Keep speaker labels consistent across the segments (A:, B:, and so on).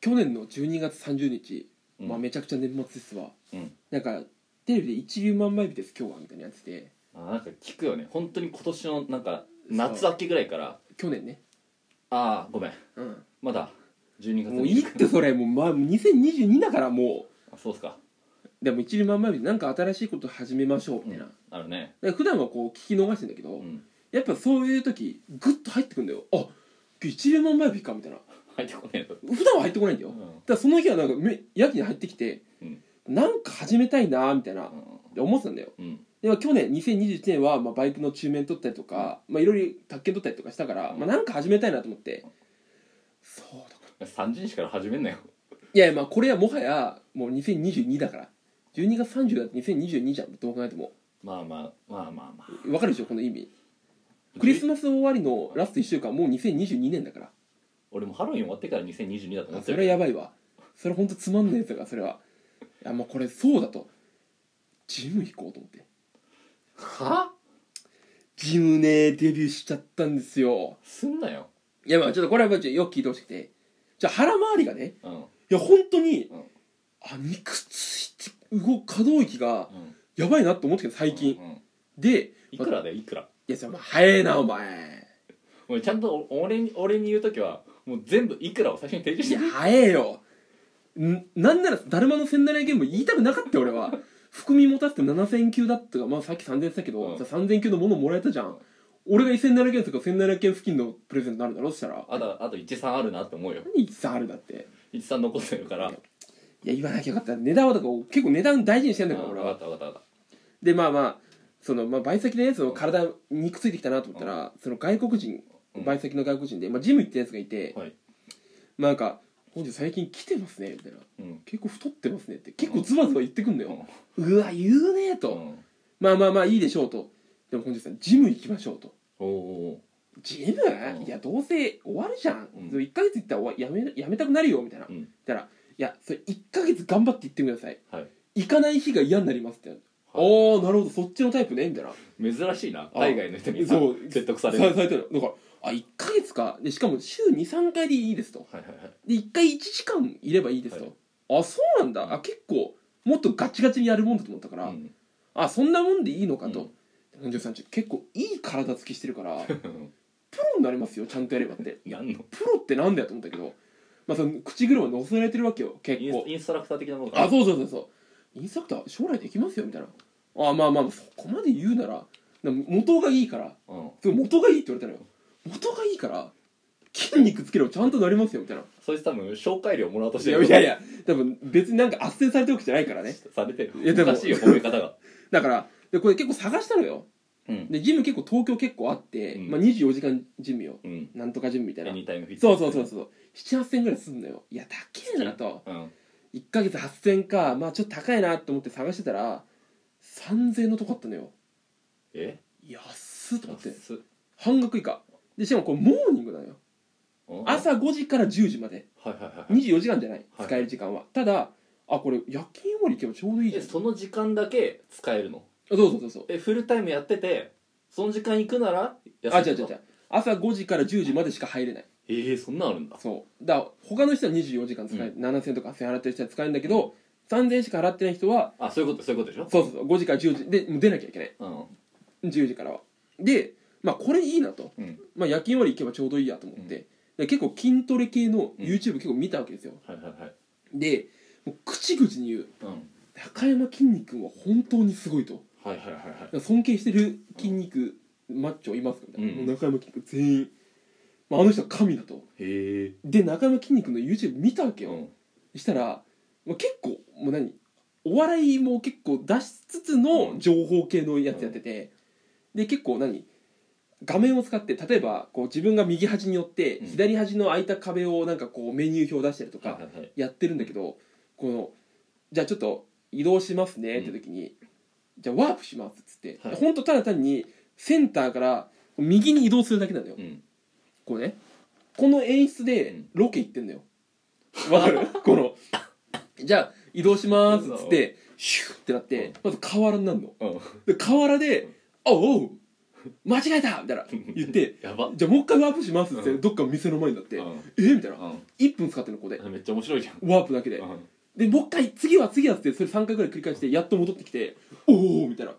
A: 去年の12月30日、
B: うん
A: まあ、めちゃくちゃ年末ですわ
B: うん
A: なんかテレビで一粒万枚日です今日はみたいなやつで
B: あなんか聞くよね本当に今年のなんか夏明けぐらいから
A: 去年ね
B: ああごめん
A: うん
B: まだ12月
A: もういいってそれもう、まあ、2022だからも
B: あそうっすか
A: うでも一粒万枚日でなんか新しいこと始めましょうみたいな、
B: あるね
A: で普段はこう聞き逃してんだけど、
B: うん
A: やっぱそういう時グッと入ってくんだよあ今日一粒万枚日かみたいな
B: 入ってこねえぞ
A: 普段は入ってこないんだよ、
B: うん
A: だからその日はなんかめやけに入ってきて、
B: うん
A: なんか始めたいなーみたいなっ
B: うん
A: て思ってたんだよ
B: うん
A: でも去年2021年は、まあ、バイクの中面取ったりとか、まあ、いろいろ宅建取ったりとかしたから、
B: うん
A: まあ、なんか始めたいなと思ってそうだ
B: 30日から始めんなよ
A: いやいやまあこれはもはやもう2022だから12月30だって2022じゃんどう考えても
B: まあまあまあまあまあ
A: わかるでしょこの意味クリス
B: マス
A: マス終わりのラスト1週間もう2022年だから
B: 俺もハロウィン終わってから2022だと思
A: あ
B: っ
A: そ
B: てる
A: れはやばいわそれほんとつまんないやつだからそれはいやもうこれそうだとジム行こうと思って
B: は
A: ジムねデビューしちゃったんですよ
B: すんなよ
A: いやまあちょっとこれはまあちょっとよく聞いてほしくてじゃあ腹回りがね
B: うんうん
A: いや本当に、
B: うん
A: あ肉ついて動く可動域がやばいなと思ってたけど最近、
B: うんうん
A: で
B: いくらだよいくら
A: いやそれお前早えなお 前
B: 俺ちゃんとお俺に俺に言う時はもう全部いくらを最初に提
A: い
B: 示して
A: や
B: くれ
A: 早えよんなんならだるまの千7ゲーム言いたくなかったよ俺 は含み持たせて7000級だったかまあさっき3000円したけど、
B: うん
A: じゃあ3000級のものもらえたじゃん、
B: うん
A: 俺が1700円とか1700円付近のプレゼントになるだろそしたら
B: あとあと13あるなって思うよ
A: 何さあるだって
B: 13残ってるから
A: いや言わなきゃよかった値段はだから結構値段大事にしてんだから俺
B: 分か
A: は
B: った分かった分かっ
A: でまあまあその、まあ、バイト先でねその体肉ついてきたなと思ったら、その外国人
B: うん
A: バイト先の外国人で、まあ、ジム行ったやつがいて、
B: はい
A: まあなんか「本日最近来てますね」みたいな
B: たうん
A: 「結構太ってますね」って結構ズバズバ言ってくんだよ、うわ言うねえと、
B: うん
A: まあまあまあいいでしょうとでも本日さんジム行きましょうと
B: おお
A: ジム、
B: ん
A: いやどうせ終わるじゃん、
B: うん
A: そ1ヶ月行ったら終わやめやめたくなるよみたいな、
B: うん
A: だから「いやそれ1ヶ月頑張って行ってください
B: はい
A: 行かない日が嫌になります」って、あ
B: お
A: あなるほどそっちのタイプねみたいな
B: 珍しいな海外の人にさ
A: そう
B: 説得され
A: さ
B: る
A: されてるだからあ1ヶ月かでしかも週23回でいいですと
B: はいはいはい
A: で1回1時間いればいいですと、あそうなんだあ結構もっとガチガチにやるもんだと思ったから、
B: うん
A: あそんなもんでいいのかと、
B: う
A: 本庄さんち結構いい体つきしてるからプロ
B: うん
A: になりますよちゃんとやればって
B: やんの
A: プロってなんだよと思ったけど、まあ、その口車乗せられてるわけよ結
B: インス
A: 構
B: インストラクター的なものか
A: あそうそうそうそうインストラクター将来できますよみたいなあまあまあそこまで言うならでも元がいいから
B: うん
A: それ元がいいって言われたのよ元がいいから筋肉つければちゃんとなりますよみたいな
B: そいつ多分紹介料もらおうとし
A: い
B: て
A: や
B: る
A: いやいや多分別になんか圧旋されてるわけじゃないからね
B: されてる
A: いやで
B: お
A: も
B: かしいよ褒め方が
A: だからでこれ結構探したのよ
B: うん
A: でジム結構東京結構あって、
B: うん
A: まあ、24時間ジムよ
B: うん
A: なんとかジムみたい
B: エ
A: な
B: ニタイムフィット
A: そうそうそうそう78000ぐらいすんのよいや高いなと
B: うん
A: 1ヶ月8000かまあちょっと高いなと思って探してたら3000のとこあったのよ
B: え
A: 安っと思って
B: 安っ
A: 半額以下でしかもこれモーニングなのよ
B: うんはい
A: 朝5時から10時まで
B: はいはいはい
A: 24時間じゃない
B: はい
A: 使える時間は、ただあこれ夜勤終わり行けばちょうどいいじゃ
B: え
A: んあ
B: その時間だけ使えるの
A: そうそうそうそう
B: えフルタイムやっててその時間行くなら
A: あ違う違う違
B: う
A: う朝5時から10時までしか入れない
B: ええそんなんあるんだ
A: そうだから他の人は24時間使える、7000とか8000払ってる人は使えるんだけど3000しか払ってない人は
B: あそういうことそういうことでしょ
A: そうそうそう5時から10時でもう出なきゃいけない
B: うん
A: 10時からはでまあこれいいなと、
B: うん
A: まあ、夜勤終わり行けばちょうどいいやと思って、で結構筋トレ系の YouTube 結構見たわけですよ、
B: はいはいはい
A: でもう口々に言う
B: うん
A: 中山きんに君は本当にすごいと
B: はいはいはいはい
A: 尊敬してる筋肉マッチョいますかみたいな、
B: うん
A: もう中山きんに君全員、まあ、あの人は神だと
B: へえ
A: で中山きんに君の YouTube 見たわけよ、
B: うん
A: したら、まあ、結構もう何お笑いも結構出しつつ
B: う
A: の
B: ん
A: 情報系のやつやってて、で結構何画面を使って例えばこう自分が右端に寄って
B: うん
A: 左端の空いた壁をなんかこうメニュー表出したりと
B: はい
A: か
B: はいはい
A: やってるんだけどこのじゃあちょっと移動しますねって時に、じゃあワープしますっつって、
B: はい
A: ほんとただ単にセンターから右に移動するだけなのよ、
B: うん
A: こうねこの演出
B: う
A: で
B: ん
A: ロケ行ってんだよわか るこのじゃあ移動しまーすっつってシュッってなってまず河原になるの
B: うん
A: で河原で
B: うん
A: 「あおう「間違えた!」みたいな言って
B: やば
A: 「じゃあもう一回ワープします」って
B: うん
A: どっかの店の前になって
B: うん
A: 「えみたいな
B: う
A: 1分使ってんのここで
B: んめっちゃ面白いじゃん
A: ワープだけで
B: うん
A: でもう一回次は次はっつってそれ3回ぐらい繰り返してやっと戻ってきて「おお!」みたいな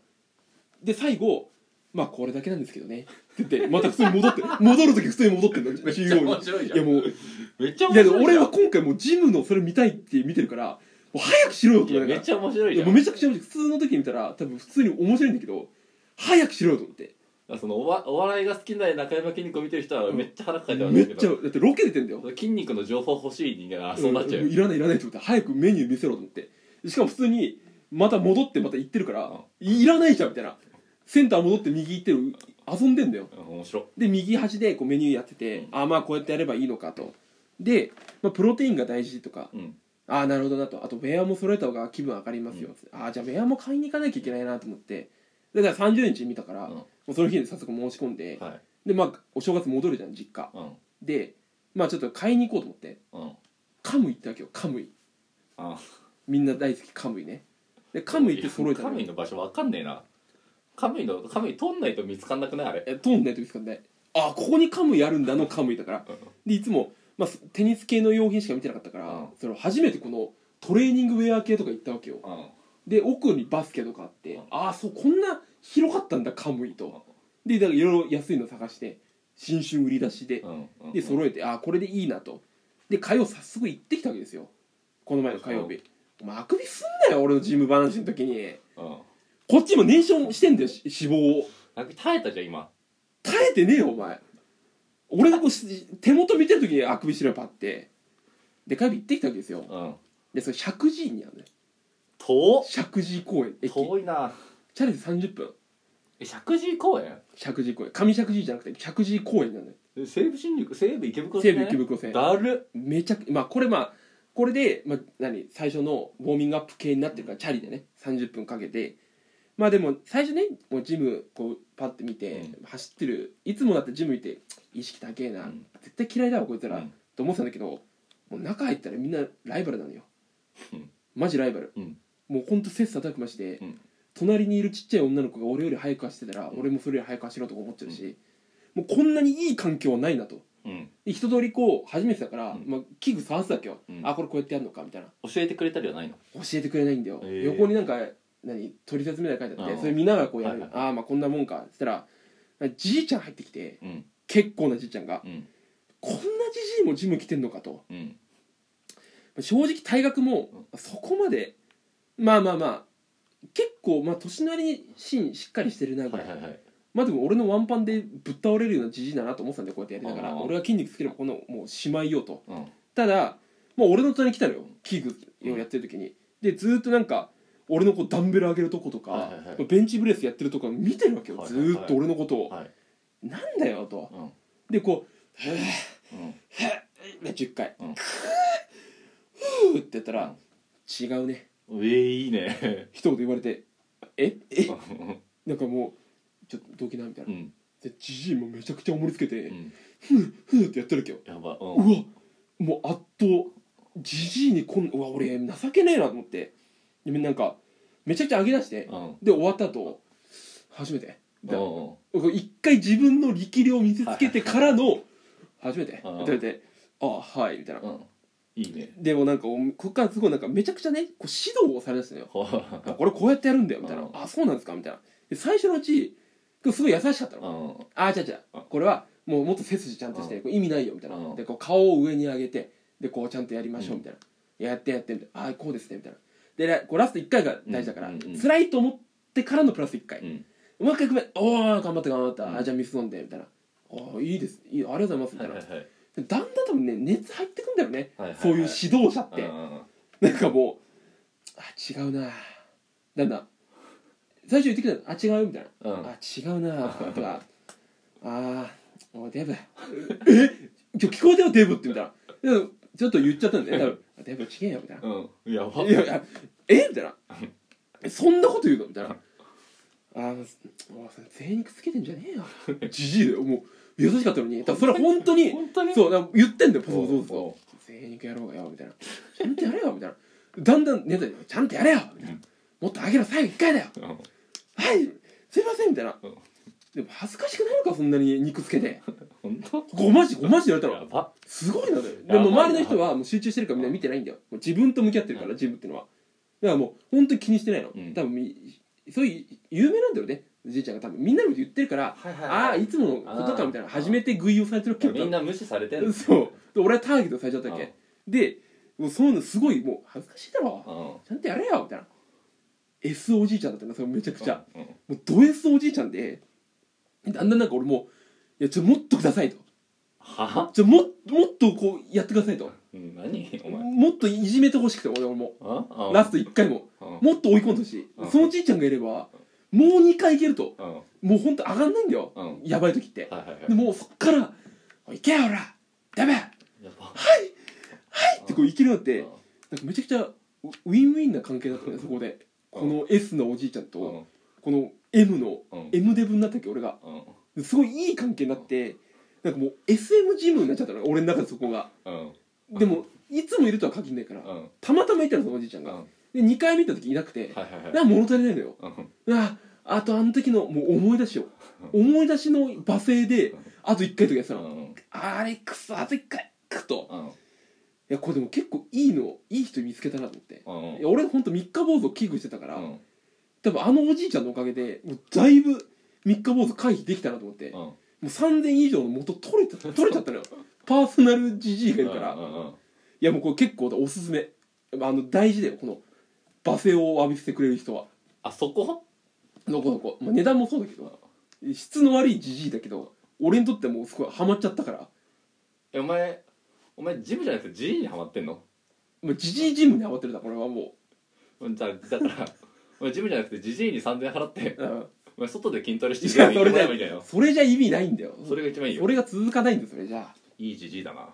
A: で最後「まあこれだけなんですけどね」って言ってまた普通に戻って戻る時普通に戻ってんの
B: めっち
A: CEO
B: ゃ
A: に
B: 面白いじゃん
A: いやもう
B: めっちゃ面
A: いやで
B: 白い
A: も俺
B: じゃん
A: は今回もうジムのそれ見たいって見てるからもう早くしろよと
B: い
A: 思
B: や
A: いな
B: めっ
A: が
B: ちゃ面白
A: ら
B: い
A: い
B: じ
A: や
B: ゃ
A: もうんめちゃくちゃ面白い普通の時に見たら多分普通に面白いんだけど早くしろよと思って
B: そのおわお笑いが好きな中山筋肉を見てる人はめっちゃ腹抱えてま
A: め
B: すけ
A: っちゃ
B: ど
A: だってロケ出てんだよ
B: 筋肉の情報欲しい人間がそうなっちゃうよ
A: んいらないいらないと思って早くメニュー見せろと思ってしかも普通にまた戻ってまた行ってるから、いいらないじゃんみたいなセンター戻って右行ってる遊んでんだよ
B: うん面白い
A: で右端でこうメニューやってて、
B: うん
A: ああまあこうやってやればいいのかとで、まあ、プロテインが大事とか
B: うん
A: ああなるほどなとあとウェアも揃えた方が気分上がりますよ、ああじゃあウェアも買いに行かなきゃいけないなと思ってでだから30日見たから、
B: うん
A: もうその日で早速申し込んで、
B: はい
A: でまあお正月戻るじゃん実家
B: うん
A: でまあちょっと買いに行こうと思って
B: うん
A: カムイ行ったわけよカムイ
B: あ
A: みんな大好きカムイねでカムイって揃えた
B: カ
A: の
B: ムイ
A: よ
B: の場所わかんねえなカムイのカムイ取んないと見つかんなくないあれ
A: え通んないと見つかんないあここにカムイあるんだのカムイだから
B: うん
A: でいつも、まあ、すテニス系の用品しか見てなかったから、
B: うん
A: その初めてこのトレーニングウェア系とか行ったわけよ
B: うん
A: で奥にバスケとかあって、
B: うん
A: ああそうこんな広かったんだカムイと、でだからいろいろ安いの探して新春売り出しで、
B: うんうん
A: で揃えてああこれでいいなとで火曜早速行ってきたわけですよこの前の火曜日、お前あくびすんなよ俺のジム話の時に
B: うん
A: こっちも燃焼してんだよし脂肪を
B: あ耐えたじゃん今
A: 耐えてねえよお前俺がこうし手元見てる時にあくびしろよパってで火曜日行ってきたわけですよ
B: うん
A: でそれ石神井にあるね
B: 遠っ
A: 石神井公園駅チ
B: 遠いな
A: ャレンジ30分
B: え石神井公園
A: 石神井公園上石神井じゃなくて石神井公園なんだよ
B: え西武新宿西武池袋
A: 西
B: 線
A: 武池袋線
B: だる
A: めちゃくまあこれまあこれで、まあ、何最初のウォーミングアップ系になってるからチャリでね30分かけてまあでも最初ねもうジムこうパッて見て、走ってるいつもだってジム見て意識高えな、
B: うん
A: 絶対嫌いだわこいつ
B: う
A: ら、
B: ん
A: と思ってたんだけどもう中入ったらみんなライバルなのよ
B: うん
A: マジライバル、
B: うん
A: もうほんと切磋琢磨して、
B: うん
A: 隣にいるちっちゃい女の子が俺より速く走ってたら、
B: うん
A: 俺もそれより速く走ろうとか思っちゃうし、もうこんなにいい環境はないなと
B: うん
A: で一通りこう初めてだから、
B: うん
A: まあ、器具触ってたわけよ、
B: うん
A: あこれこうやってやるのかみたいな
B: 教えてくれたりはないの
A: 教えてくれないんだよ、
B: へえ
A: 横になんか何取説みたいなの書いてあっ
B: う
A: て
B: ん
A: それ見ながらこうやる、
B: はい
A: ああまあこんなもんかっつったらじいちゃん入ってきて
B: うん
A: 結構なじいちゃんが
B: うん
A: こんなじじいもジム来てんのかと
B: うん
A: 正直退学もそこまでまあまあまあ結構まあ年なりに芯しっかりしてるなぐ
B: は
A: ら
B: い
A: い、
B: はいはい
A: まあでも俺のワンパンでぶっ倒れるようなじじいだなと思ってたんでこうやってやりなが
B: あ
A: ら
B: ー
A: 俺は筋肉つければこんなのもうしまいようと
B: うん
A: ただもう俺の隣に来たのよ器具をやってる時に、でずーっとなんか俺のこうダンベル上げるとことか、
B: はいはいはい
A: ベンチブレスやってるとか見てるわけよ、
B: はい
A: ず
B: はいはい
A: ーっと俺のことを、
B: はい
A: なんだよと
B: うん
A: でこ
B: うん
A: うで10回、
B: うん
A: クーふーってやったら、違うね
B: うえいいね
A: 一言言われて「ええ
B: うん
A: なんかもうちょっとどきな」みたいうな、
B: ん
A: でじじいもめちゃくちゃおもりつけて
B: うん
A: 「ふー」ってやってるわけよ、
B: やば
A: う
B: うん
A: わもう圧倒じじいにこんうわ俺情けねえなと思ってでみんななんかめちゃくちゃ上げ出して
B: うん
A: で終わった後初めてみたいな
B: うん
A: 一回自分の力量を見せつけてからの「初めて」って
B: うん
A: 言われて「ああはい」みたいな
B: うんいいね
A: でもなんかおこっからすごいなんかめちゃくちゃねこう指導をされだしたのよ
B: は
A: あこれこうやってやるんだよみたいな、
B: うん
A: あそうなんですかみたいなで最初のうちすごい優しかったの、
B: う
A: あ
B: ん
A: あー違う違う
B: うん
A: これはもうもっと背筋ちゃんとして、
B: うん
A: こう意味ないよみたいな、
B: うん
A: でこう顔を上に上げてでこうちゃんとやりましょう
B: うん
A: みたいな、やってやってみたいなああこうですねみたいなでラこうラスト1回が大事だから、
B: うんうんうん
A: 辛いと思ってからのプラス1回、
B: うん
A: もう一回組めおお頑張った頑張った、
B: うん
A: あーじゃあ水飲んでみたいなああいいですいいありがとうございますみた
B: はい
A: いな、
B: はいはい
A: でだんだん多分ね熱入ってくんだよね、
B: はいはいはい
A: そういう指導者って、
B: うん
A: なんかもうあ違うななんだ最初言ってきたのあ違うみたいな、
B: うん
A: あ違うなとかとかあーおいデブえ今日聞こえたよデブってみたいなでもちょっと言っちゃったんで、ね、多分あデブ違えよみたいな
B: うんやば
A: いやいやえみたいなえそんなこと言うのみたいなあーおいそれ贅肉つけてんじゃねえよじじいだよもう優しかったのにだからそれは本当に
B: 本当に
A: そうだから言ってんだよポソポソポソ
B: おうおう
A: 全員やろうがよみたいなちゃんとやれよみたいなだんだんねだちゃんとやれよみたいなもっと上げろ最後一回だよ
B: うん
A: はいすいませんみたいな
B: うん
A: でも恥ずかしくないのかそんなに肉つけて
B: 本当
A: ごまじごまじやれた
B: や
A: ら
B: ば
A: すごいなだよ
B: やば
A: で
B: い
A: も周りの人はもう集中してるからみんな見てないんだよもう自分と向き合ってるから
B: うん
A: ジムってのはだからもう本当に気にしてないの、
B: うん
A: 多分みそういう有名なんだよねじいちゃんが多分みんなのこと言ってるから、
B: はいはい
A: ああ
B: はい
A: ーいつものことかみたいな初めて偶をされてるわけよ
B: みんな無視されてる
A: そうで俺はターゲットされちゃったわけでもうそういうのすごいもう恥ずかしいだろ
B: うん
A: ちゃんとやれよみたいな S おじいちゃんだったんだそれめちゃくちゃ
B: うん
A: もうド S おじいちゃんでだんだんなんか俺も「いやちょもっとください」と
B: は
A: 「じゃもっもっとこうやってください」と
B: うん何お前
A: もっといじめてほしくて俺俺も
B: あ
A: ラスト1回も
B: うん
A: もっと追い込んでほしい
B: うん
A: そのじいちゃんがいればもう2回いけると
B: うん
A: もうほんと上がんないんだよ
B: うん
A: やばい時って
B: はいはいはい
A: でもうそっから「おい行けよほらダメ!」
B: やば
A: ってこういけるようになって
B: う
A: なんかめちゃくちゃウウィンウィンな関係だったねそこで
B: うん
A: この S のおじいちゃん
B: ん
A: とこの M の
B: うん
A: M デブになったっけ俺が
B: うん
A: すごいいい関係になってなんかもう SM ジムになっちゃったの俺の中でそこが
B: うん
A: でもいつもいるとは限らないから
B: うんうん
A: たまたまいたのそのおじいちゃんが
B: は
A: で2回見た時いなくて
B: いはいはい
A: なんか物足りないのよ
B: うん
A: ああとあの時のもう思い出しを思い出しの罵声で
B: うん
A: あと1回とかやってた
B: う
A: の
B: ん
A: あれくそあと1回くっと
B: うん
A: いやこれでも結構いいのいい人見つけたなと思って
B: うん
A: いや俺ほんと三日坊主を危惧してたから、
B: うん
A: 多分あのおじいちゃんのおかげでもうだいぶ三日坊主回避できたなと思って、も
B: うん
A: う3000以上の元取れた取れちゃったのよパーソナルじじいがいるから、
B: う
A: い
B: んうん
A: やもうこれ結構おすすめあの大事だよこの罵声を浴びせてくれる人は
B: あそこ
A: のこのこ、まあ、値段もそうだけど質の悪いじじいだけど俺にとってもうすごいハマっちゃったから
B: えお前お前ジムじゃなくて G にハマってんの
A: もうじじいジムにハマってるだこれはも
B: うんじゃだからお前ジムじゃなくてジジイに3000払って
A: う、うん、
B: お前外で筋トレして
A: いやそれ
B: もら
A: だ
B: えばいいんだよ
A: よそれじゃ意味ないんだよ
B: それが一番いいよ
A: 俺が続かないんだよそれじゃあ
B: いいジジイだな